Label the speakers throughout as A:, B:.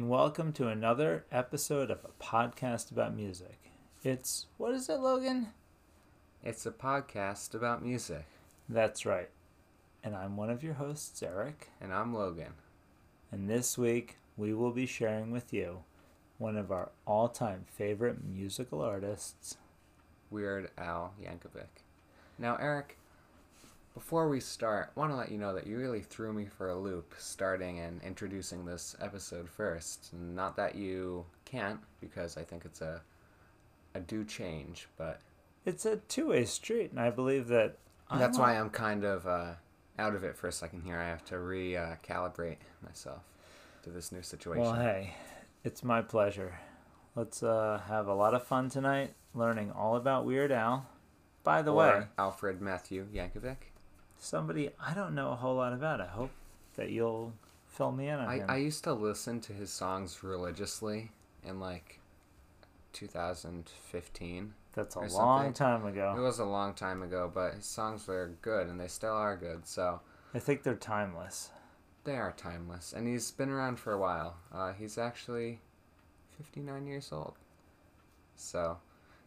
A: welcome to another episode of a podcast about music. It's, what is it, Logan?
B: It's a podcast about music,
A: That's right. And I'm one of your hosts, Eric.
B: and I'm Logan.
A: And this week, we will be sharing with you one of our all time favorite musical artists.
B: Weird Al Yankovic. Now, Eric, before we start, want to let you know that you really threw me for a loop starting and introducing this episode first. Not that you can't, because I think it's a a do change, but
A: It's a two way street, and I believe that. I
B: that's
A: want-
B: why I'm kind of uh, out of it for a second here. I have to recalibrate uh, calibrate myself to this new situation.
A: Well, hey, it's my pleasure. Let's uh, have a lot of fun tonight learning all about Weird Al. By the way,
B: Or Alfred Matthew Yankovic.
A: somebody I don't know a whole lot about. I hope that you'll fill me in on
B: I,
A: him.
B: I used to listen to his songs religiously in like 2015.
A: That's a
B: or
A: long
B: something.
A: time
B: It
A: ago.
B: was a long time ago, but his songs were good and they still are good, so
A: I think they're timeless.
B: they are timeless. And he's been around for a while. Uh, he's actually 59 years old. So,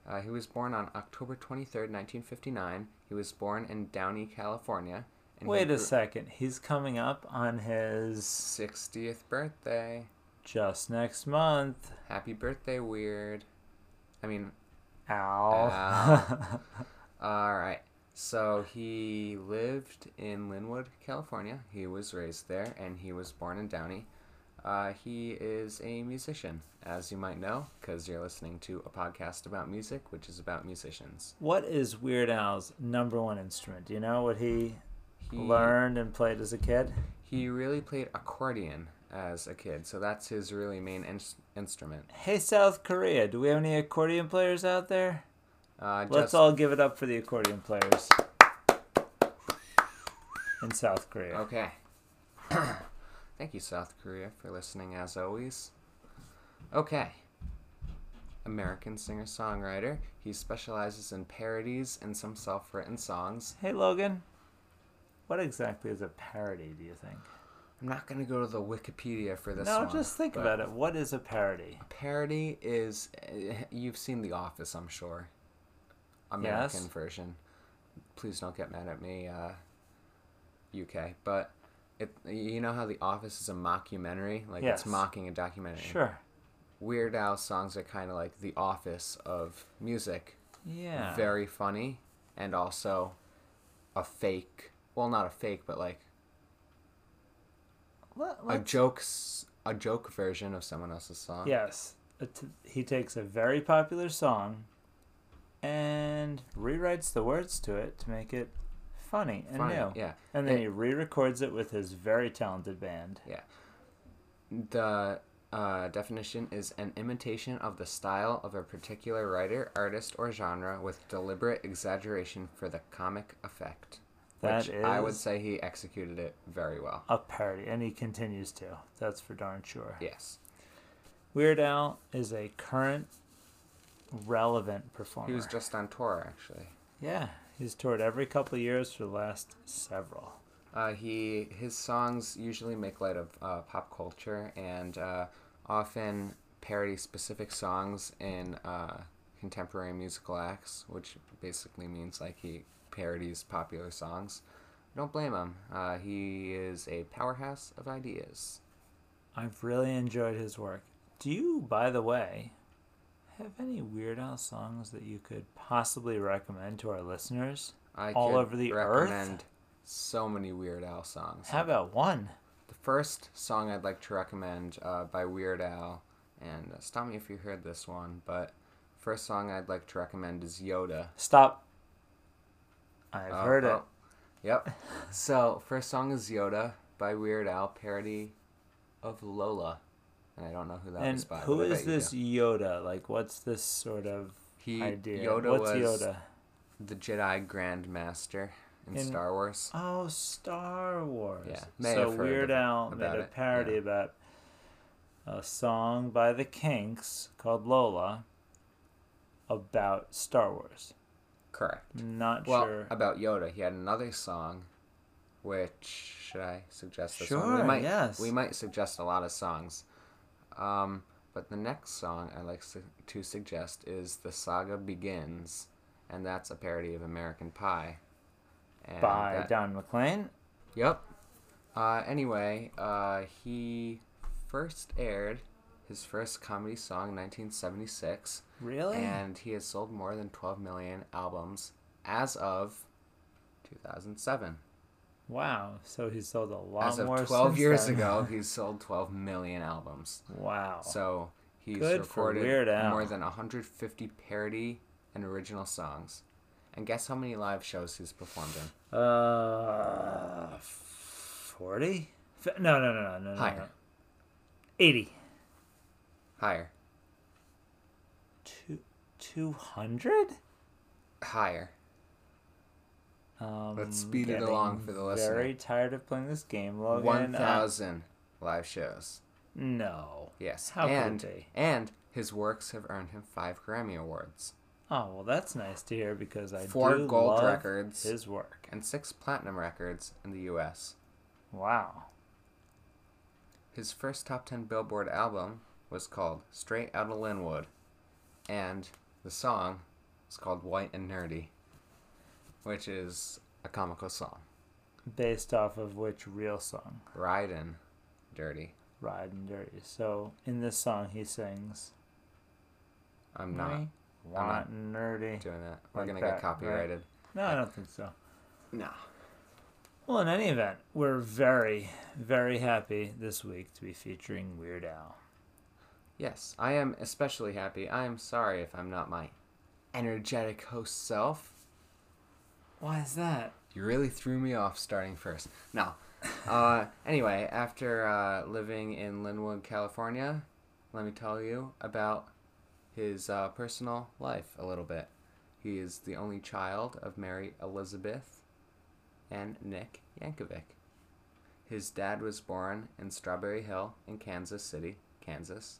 B: uh, he was born on October 23rd, 1959. He was born in Downey, California. And he
A: Wait
B: grew-
A: a second. He's coming up on his
B: 60th birthday.
A: just next month.
B: Happy birthday, Weird. I mean,
A: Ow.
B: All right. So he lived in Linwood, California. He was raised there, and he was born in Downey. Uh, he is a musician, as you might know, because you're listening to a podcast about music, which is about musicians.
A: what is Weird Al's number one instrument? Do you know what he,
B: He
A: learned and played as a kid?
B: he really played accordion as a kid, so that's his really main ins- instrument.
A: Hey, South Korea, do we have any accordion players out there?
B: Uh,
A: Let's
B: just,
A: all give it up for the accordion players in South Korea.
B: Okay. Thank you, South Korea, for listening as always. Okay. American singer songwriter. He specializes in parodies and some self written songs.
A: Hey, Logan, what exactly is a parody, do you think?
B: I'm not going to go to the Wikipedia for this
A: no,
B: one.
A: just think
B: but
A: about it. What is a parody?
B: Parody is. eh, You've seen The Office, I'm sure. American version. Please don't get mad at me, uh, UK. But it, you know how The Office is a mockumentary? Like,
A: Yes.
B: it's mocking a documentary.
A: Sure.
B: Weird Al songs are kind of like the office of music.
A: Yeah.
B: Very funny and also a fake. Well, not a fake, but like
A: Let-
B: a
A: let's-
B: jokes a joke version of someone else's song.
A: yes. A t- he takes a very popular song and rewrites the words to it to make it funny and
B: Funny,
A: new.
B: Yeah.
A: And then
B: It-
A: he re records it with his very talented band.
B: The uh, definition is an imitation of the style of a particular writer, artist, or genre with deliberate exaggeration for the comic effect.
A: That
B: which I would
A: is-
B: say he executed it very well.
A: A parody. And he continues to. That's for darn sure.
B: Yes.
A: Weird Al is a current, relevant performer.
B: He was just on tour, actually.
A: Yeah, he's toured every couple of years for the last several.
B: Uh, he his songs usually make light of uh, pop culture and uh, often parody specific songs in uh, contemporary musical acts, which basically means like he parodies popular songs. Don't blame him. Uh, he is a powerhouse of ideas.
A: I've really enjoyed his work. Do you, by the way, have any Weird Al songs that you could possibly recommend to our listeners?
B: I
A: All
B: could
A: over the earth?
B: recommend so many Weird Al songs.
A: How about one?
B: The first song I'd like to recommend uh, by Weird Al, and uh, stop me if you heard this one, but first song I'd like to recommend is Yoda.
A: Stop. I've
B: Uh,
A: heard
B: oh, Yep. so first song is Yoda by Weird Al, parody of Lola, and I don't know who
A: it.
B: that
A: And
B: was by.
A: who
B: but I
A: is
B: bet you
A: this
B: do.
A: Yoda? Like, what's this sort of
B: He
A: idea?
B: Yoda
A: what's
B: was
A: Yoda?
B: the Jedi Grand Master in,
A: In-
B: Star Wars.
A: Oh, Star Wars.
B: Yeah, may
A: so
B: have heard
A: Weird
B: ab-
A: Al made
B: about
A: a
B: it,
A: parody
B: yeah.
A: about a song by the Kinks called Lola about Star Wars.
B: Correct.
A: Not
B: Well,
A: sure.
B: about Yoda, he had another song, which should I suggest this one?
A: Sure,
B: We might,
A: yes.
B: We might suggest a lot of songs. Um, but the next song I like su- to suggest is "The Saga Begins," and that's a parody of American Pie. And
A: by
B: that-
A: Don McLean.
B: Yep. Uh, anyway, uh, he first aired his first comedy song in 1976,
A: Really?
B: and he has sold more than 12 million albums as of 2007.
A: wow. So he sold a lot
B: As
A: more.
B: of 12
A: since
B: years
A: then.
B: ago, he's sold 12 million albums.
A: Wow.
B: So he's
A: Good for Weird
B: recorded
A: Al.
B: more than 150 parody and original songs. And guess how many live shows he's performed in?
A: uh, forty? No, no, no, no, no, no, no.
B: Higher.
A: Eighty.
B: Higher.
A: Two. Two hundred.
B: Higher.
A: Um,
B: speed it
A: getting
B: along for the listener.
A: Very tired of playing this game, Logan. Uh,
B: One
A: I-
B: thousand live shows.
A: no.
B: Yes,
A: How could it
B: and
A: be?
B: and his works have earned him five Grammy awards
A: Oh well, that's nice to hear because I
B: Four
A: do
B: gold
A: love
B: records.
A: his work.
B: and six platinum records in the U.S.
A: Wow.
B: His first top ten Billboard album was called "Straight Outta Linwood," and the song is called "White and Nerdy," which is a comical song.
A: Based off of which real song?
B: Riding dirty,
A: Ride and Dirty. So in this song, he sings.
B: I'm not
A: "Me Want nerdy.
B: doing that. We're
A: Like that,
B: gonna get
A: right?
B: copyrighted.
A: No, I don't think so.
B: No.
A: Well, in any event, we're very, very happy this week to be featuring Weird Al.
B: Yes, I am especially happy. I am sorry if I'm not my energetic host self.
A: Why is that?
B: You really threw me off starting first. No. Uh, anyway, after uh, living in Linwood, California, let me tell you about his uh, personal life a little bit. He is the only child of Mary Elizabeth and Nick Yankovic. His dad was born in Strawberry Hill in Kansas City, Kansas,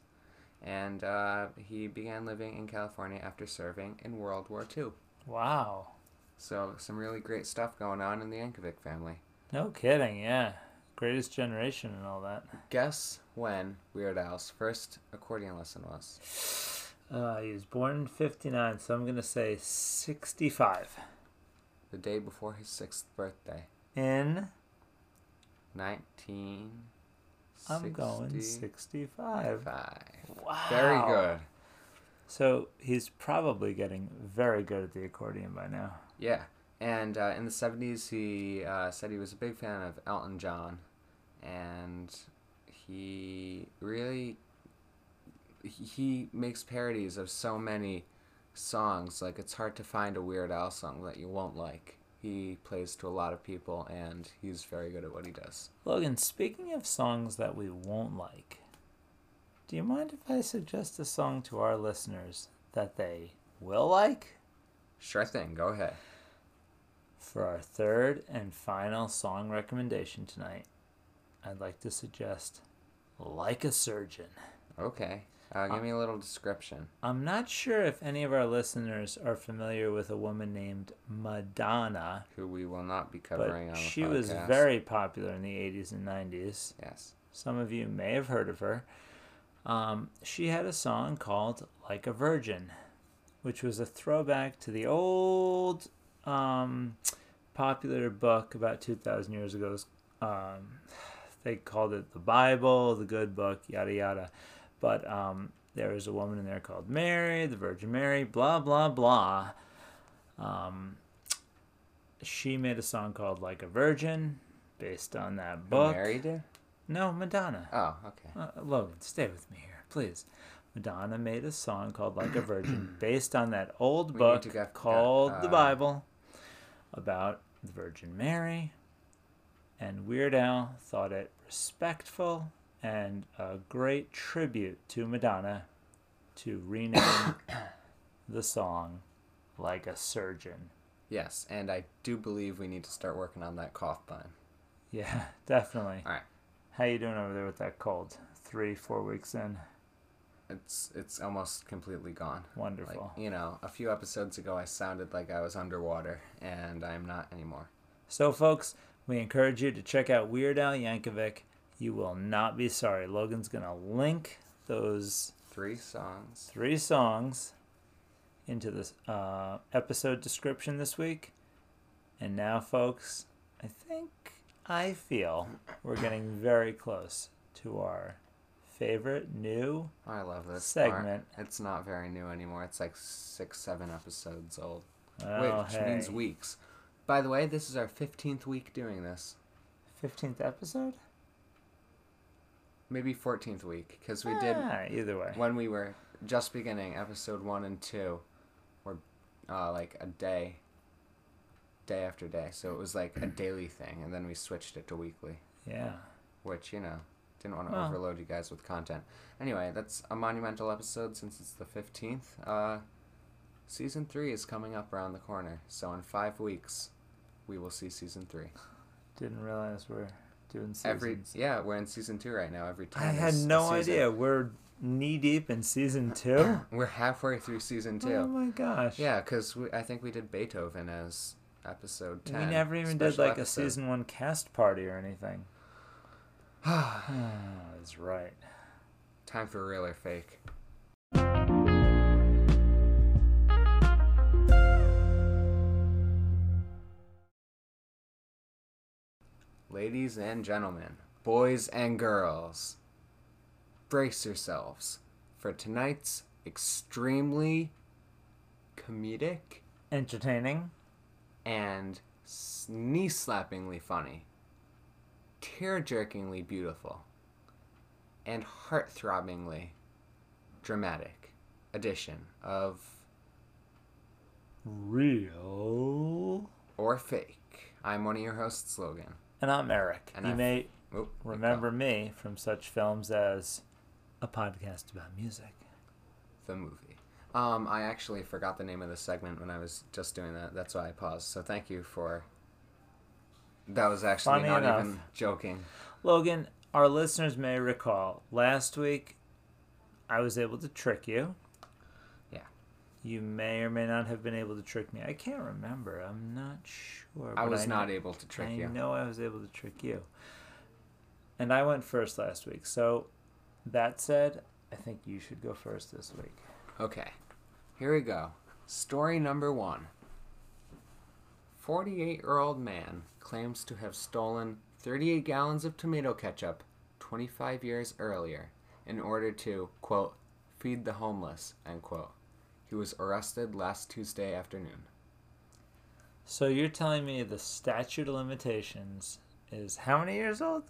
B: and uh, he began living in California after serving in World War II.
A: Wow.
B: So some really great stuff going on in the Yankovic family.
A: No kidding. Yeah. Greatest Generation and all that.
B: Guess when Weird Al's first accordion lesson was?
A: Uh, he was born in '59, so I'm gonna say 65
B: The day before his sixth birthday,
A: in.
B: nineteen.
A: I'm going 65. Wow.
B: Very good.
A: So he's probably getting very good at the accordion by now.
B: Yeah, and uh, in the seventies, he uh, said he was a big fan of Elton John, and he really he- he makes parodies of so many songs. Like it's hard to find a Weird Al song that you won't like. He plays to a lot of people, and he's very good at what he does.
A: Logan, speaking of songs that we won't like, do you mind if I suggest a song to our listeners that they will like?
B: Sure thing. Go ahead.
A: For our third and final song recommendation tonight, I'd like to suggest Like a Surgeon.
B: Okay. Uh, give me a little description.
A: I'm not sure if any of our listeners are familiar with a woman named Madonna,
B: Who we will not be covering
A: but
B: on the
A: she was
B: podcast.
A: very popular in the 80s and 90s.
B: yes.
A: Some of you may have heard of her. Um, she had a song called Like a Virgin, which was a throwback to the old um, popular book about 2,000 years ago. Um, they called it the Bible, the good book, yada yada. But um, there was a woman in there called Mary, the Virgin Mary, blah, blah, blah. Um, she made a song called Like a Virgin based on that book.
B: Mary did.
A: No, Madonna.
B: Oh, okay.
A: Uh, Logan, stay with me here, please. Madonna made a song called "Like a Virgin" based on that old
B: We need
A: book
B: to get-
A: called
B: get,
A: the
B: uh,
A: Bible about the Virgin Mary. And Weird Al thought it respectful and a great tribute to Madonna to rename the song "Like a Surgeon."
B: Yes, and I do believe we need to start working on that cough button.
A: Yeah, definitely.
B: All right,
A: How you doing over there with that cold? Three, four weeks in.
B: it's it's almost completely gone. Like
A: Wonderful.
B: you know, a few episodes ago, I sounded like I was underwater, and I'm not anymore.
A: So, folks, we encourage you to check out Weird Al Yankovic. You will not be sorry. Logan's going to link those
B: Three songs.
A: three songs into this uh, episode description this week. And now, folks, I think I feel we're getting very close to our favorite new.
B: I love this part.
A: Segment.
B: It's not very new anymore. It's like six, seven episodes old,
A: Oh,
B: which
A: hey.
B: means weeks. By the way, this is our fifteenth week doing this.
A: 15th episode?
B: Maybe fourteenth week because we did
A: Ah, either way.
B: when we were just beginning episode one and two were uh, like a day day after day so it was like a daily thing and then we switched it to weekly
A: Yeah.
B: which you know didn't want to
A: Well.
B: overload you guys with content anyway that's a monumental episode since it's the 15th uh, season three is coming up around the corner so in five weeks we will see season three
A: Didn't realize we're doing seasons.
B: every yeah we're in season two right now every time
A: I had
B: is a
A: no
B: season.
A: idea. We're knee deep in season two.
B: we're halfway through season two.
A: oh my gosh.
B: Yeah, because I think we did Beethoven as episode
A: We
B: 10.
A: never even did
B: special
A: like
B: episode.
A: a season one cast party or anything. That's right.
B: Time for real or fake. Ladies and gentlemen, boys and girls, brace yourselves for tonight's extremely comedic
A: Entertaining.
B: and knee slappingly funny, tear jerkingly beautiful, and heart throbbingly dramatic edition of
A: Real.
B: Or Fake. I'm one of your hosts, Logan.
A: And I'm Eric.
B: And
A: you
B: I'm-
A: may
B: Oh,
A: remember me from such films as A Podcast About Music.
B: the movie. Um, I actually forgot the name of the segment when I was just doing that. That's why I paused. So thank you for. That was actually
A: Funny
B: not
A: enough.
B: even joking.
A: Logan, our listeners may recall last week I was able to trick you.
B: Yeah.
A: You may or may not have been able to trick me. I can't remember. I'm not sure.
B: I
A: but
B: was
A: know-
B: not able to trick
A: I
B: you.
A: know I was able to trick you. And I went first last week. So that said, I think you should go first this week.
B: Okay, here we go. Story number one 48 year old man claims to have stolen 38 gallons of tomato ketchup 25 years earlier in order to, quote, feed the homeless, end quote. He was arrested last Tuesday afternoon.
A: So you're telling me the statute of limitations is how many years old?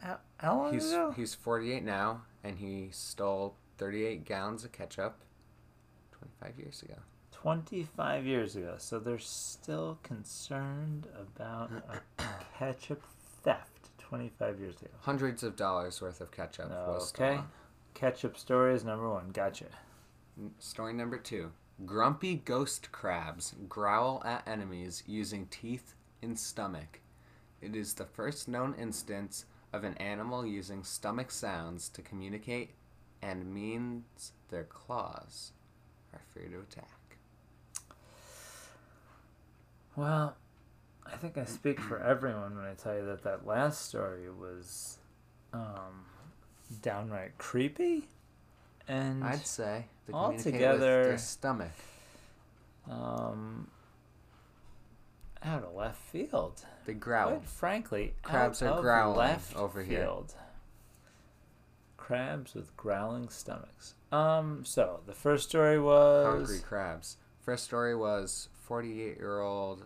A: How, how long
B: He's,
A: ago?
B: he's 48 now, and he stole 38 gallons of ketchup 25 years ago.
A: 25 years ago. So they're still concerned about a ketchup theft 25 years ago.
B: Hundreds of dollars worth of ketchup was
A: Okay.
B: stolen.
A: Ketchup story is number one. Gotcha.
B: Story number two Grumpy ghost crabs growl at enemies using teeth and stomach. It is the first known instance of an animal using stomach sounds to communicate and means their claws are free to attack.
A: Well, I think I speak for everyone when I tell you that that last story was um, downright creepy. And
B: I'd say they
A: Altogether-
B: communicate with their stomach.
A: um, out of left field.
B: They growl.
A: Quite frankly,
B: Crabs
A: out
B: are
A: of
B: growling
A: left
B: over here.
A: field. Crabs with growling stomachs. Um. So the first story was
B: Hungry crabs. First story was 48 year old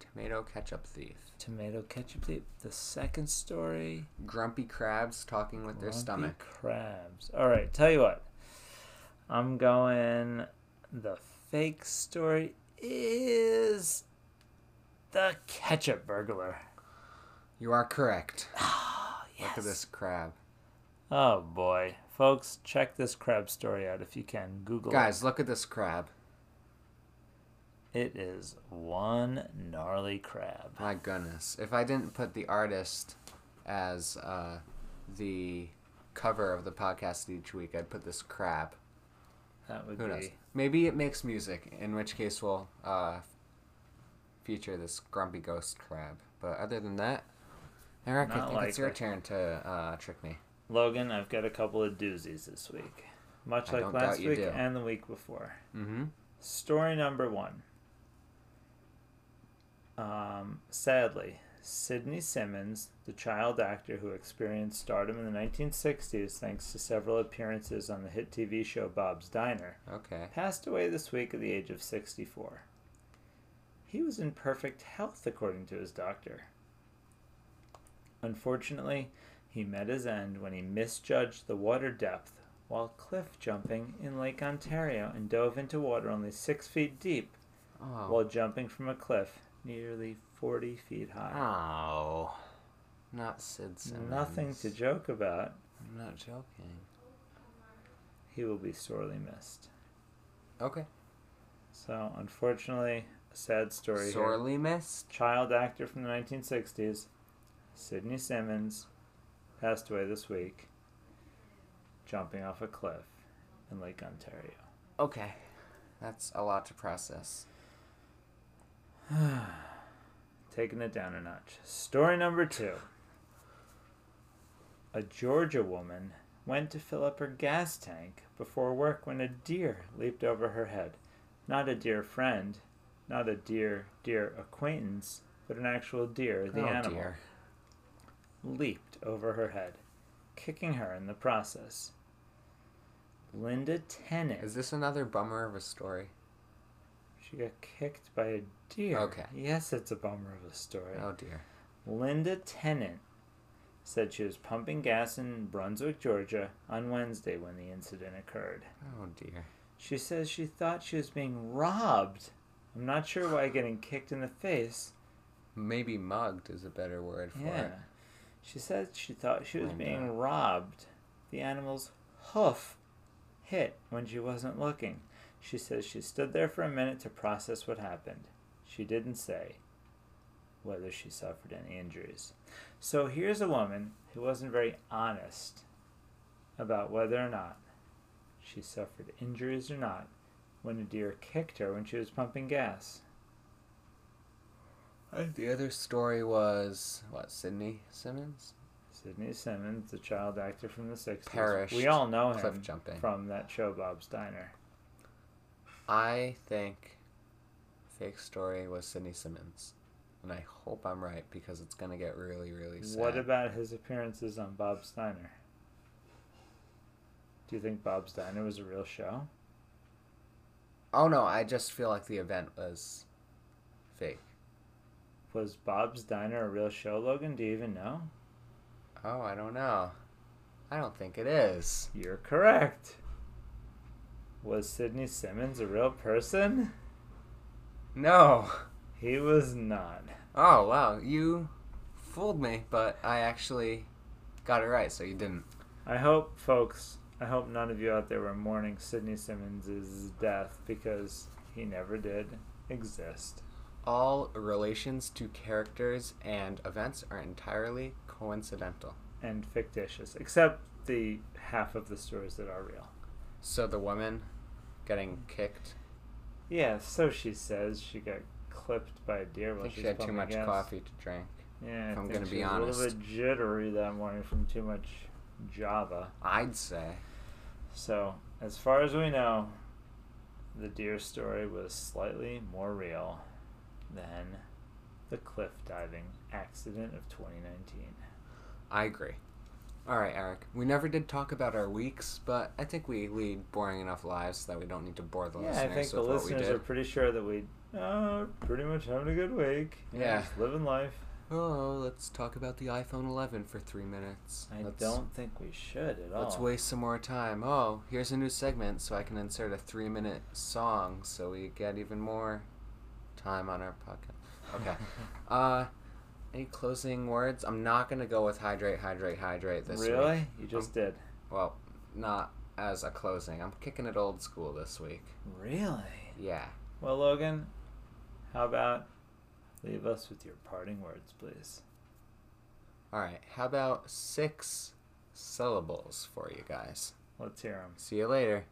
B: tomato ketchup thief.
A: tomato ketchup. The, the second story.
B: Grumpy crabs talking with their
A: Lumpy
B: stomach.
A: Crabs. All right, tell you what. I'm going. The fake story is the ketchup burglar.
B: You are correct.
A: Oh,
B: Look at this crab.
A: Oh boy, folks, check this crab story out if you can. Google
B: Guys, look at this crab.
A: it. It is one gnarly crab.
B: My goodness. If I didn't put the artist as uh, the cover of the podcast each week, I'd put this crab.
A: That would
B: Who
A: be.
B: knows? Maybe it makes music, in which case we'll uh, feature this grumpy ghost crab. But other than that, Eric, I
A: Not
B: think it's your
A: likely.
B: turn to uh, trick me.
A: Logan, I've got a couple of doozies this week, much
B: I
A: like
B: don't
A: last
B: doubt you
A: week
B: do.
A: and the week before.
B: Mm-hmm.
A: Story number one. Um, sadly, Sidney Simmons, the child actor who experienced stardom in the 1960s thanks to several appearances on the hit TV show Bob's Diner,
B: Okay.
A: passed away this week at the age of 64. He was in perfect health, according to his doctor. Unfortunately, he met his end when he misjudged the water depth while cliff jumping in Lake Ontario and dove into water only six feet deep
B: Oh.
A: while jumping from a cliff nearly 40 feet high.
B: Oh. Not Sid Simmons.
A: Nothing to joke about.
B: I'm not joking.
A: He will be sorely missed.
B: Okay.
A: So, unfortunately, a sad story. here.
B: Sorely missed.
A: child actor from the 1960s, Sidney Simmons, passed away this week, jumping off a cliff in Lake Ontario.
B: Okay. That's a lot to process.
A: Taking it down a notch. Story number two. A Georgia woman went to fill up her gas tank before work when a deer leaped over her head. Not a dear friend, not a dear, dear acquaintance, but an actual deer, the
B: oh
A: animal.
B: dear.
A: leaped over her head, kicking her in the process. Linda Tennant.
B: Is this another bummer of a story?
A: She got kicked by a deer.
B: Okay.
A: Yes, it's a bummer of a story.
B: Oh dear.
A: Linda Tennant said she was pumping gas in Brunswick, Georgia on Wednesday when the incident occurred.
B: Oh dear.
A: She says she thought she was being robbed. I'm not sure why getting kicked in the face.
B: Maybe mugged is a better word for
A: Yeah.
B: it.
A: She said she thought she was
B: Linda.
A: being robbed. The animal's hoof hit when she wasn't looking. She says she stood there for a minute to process what happened. She didn't say whether she suffered any injuries. So here's a woman who wasn't very honest about whether or not she suffered injuries or not when a deer kicked her when she was pumping gas.
B: The other story was what? Sydney Simmons
A: Sidney Simmons, the child actor from the 60s.
B: Perished
A: We all know him.
B: cliff jumping.
A: from that show Bob's Diner.
B: I think fake story was Sydney Simmons, and I hope I'm right because it's gonna get really really sad.
A: What about his appearances on Bob's Diner? Do you think Bob's Diner was a real show?
B: Oh no, I just feel like the event was fake.
A: Was Bob's Diner a real show, Logan? Do you even know?
B: Oh, I don't know. I don't think it is.
A: You're correct. Was Sidney Simmons a real person?
B: No.
A: He was not.
B: Oh wow, you fooled me, but I actually got it right, so you didn't.
A: I hope, folks, I hope none of you out there were mourning Sidney Simmons' death because he never did exist.
B: All relations to characters and events are entirely coincidental.
A: and fictitious, except the half of the stories that are real.
B: So the woman getting kicked.
A: Yeah, so she says she got clipped by a deer
B: I
A: while
B: think
A: she's
B: she had too
A: pumping
B: much
A: gas.
B: coffee to drink.
A: Yeah,
B: if
A: I
B: I'm
A: think
B: gonna
A: she
B: be
A: was a little
B: honest.
A: bit jittery that morning from too much Java.
B: I'd say.
A: So, as far as we know, the deer story was slightly more real than the cliff diving accident of 2019.
B: I agree. All right, Eric. We never did talk about our weeks, but I think we lead boring enough lives that we don't need to bore the
A: Yeah, I
B: listeners
A: think the
B: with what we
A: listeners
B: did.
A: are pretty sure that we uh, pretty much having a good week. You know,
B: Yeah.
A: just living life.
B: Oh, let's talk about the iPhone 11 for three minutes.
A: I
B: Let's-
A: don't think we should at all.
B: Let's waste some more time. Oh, here's a new segment, so I can insert a three-minute song, so we get even more time on our podcast. Okay. uh, any closing words? I'm not gonna go with hydrate, hydrate, hydrate this week. Um,
A: really? You just did.
B: Well, not as a closing. I'm kicking it old school this week.
A: Really?
B: Yeah.
A: Well, Logan, how about leave us with your parting words, please?
B: All right. How about six syllables for you guys?
A: Let's hear them.
B: See you later.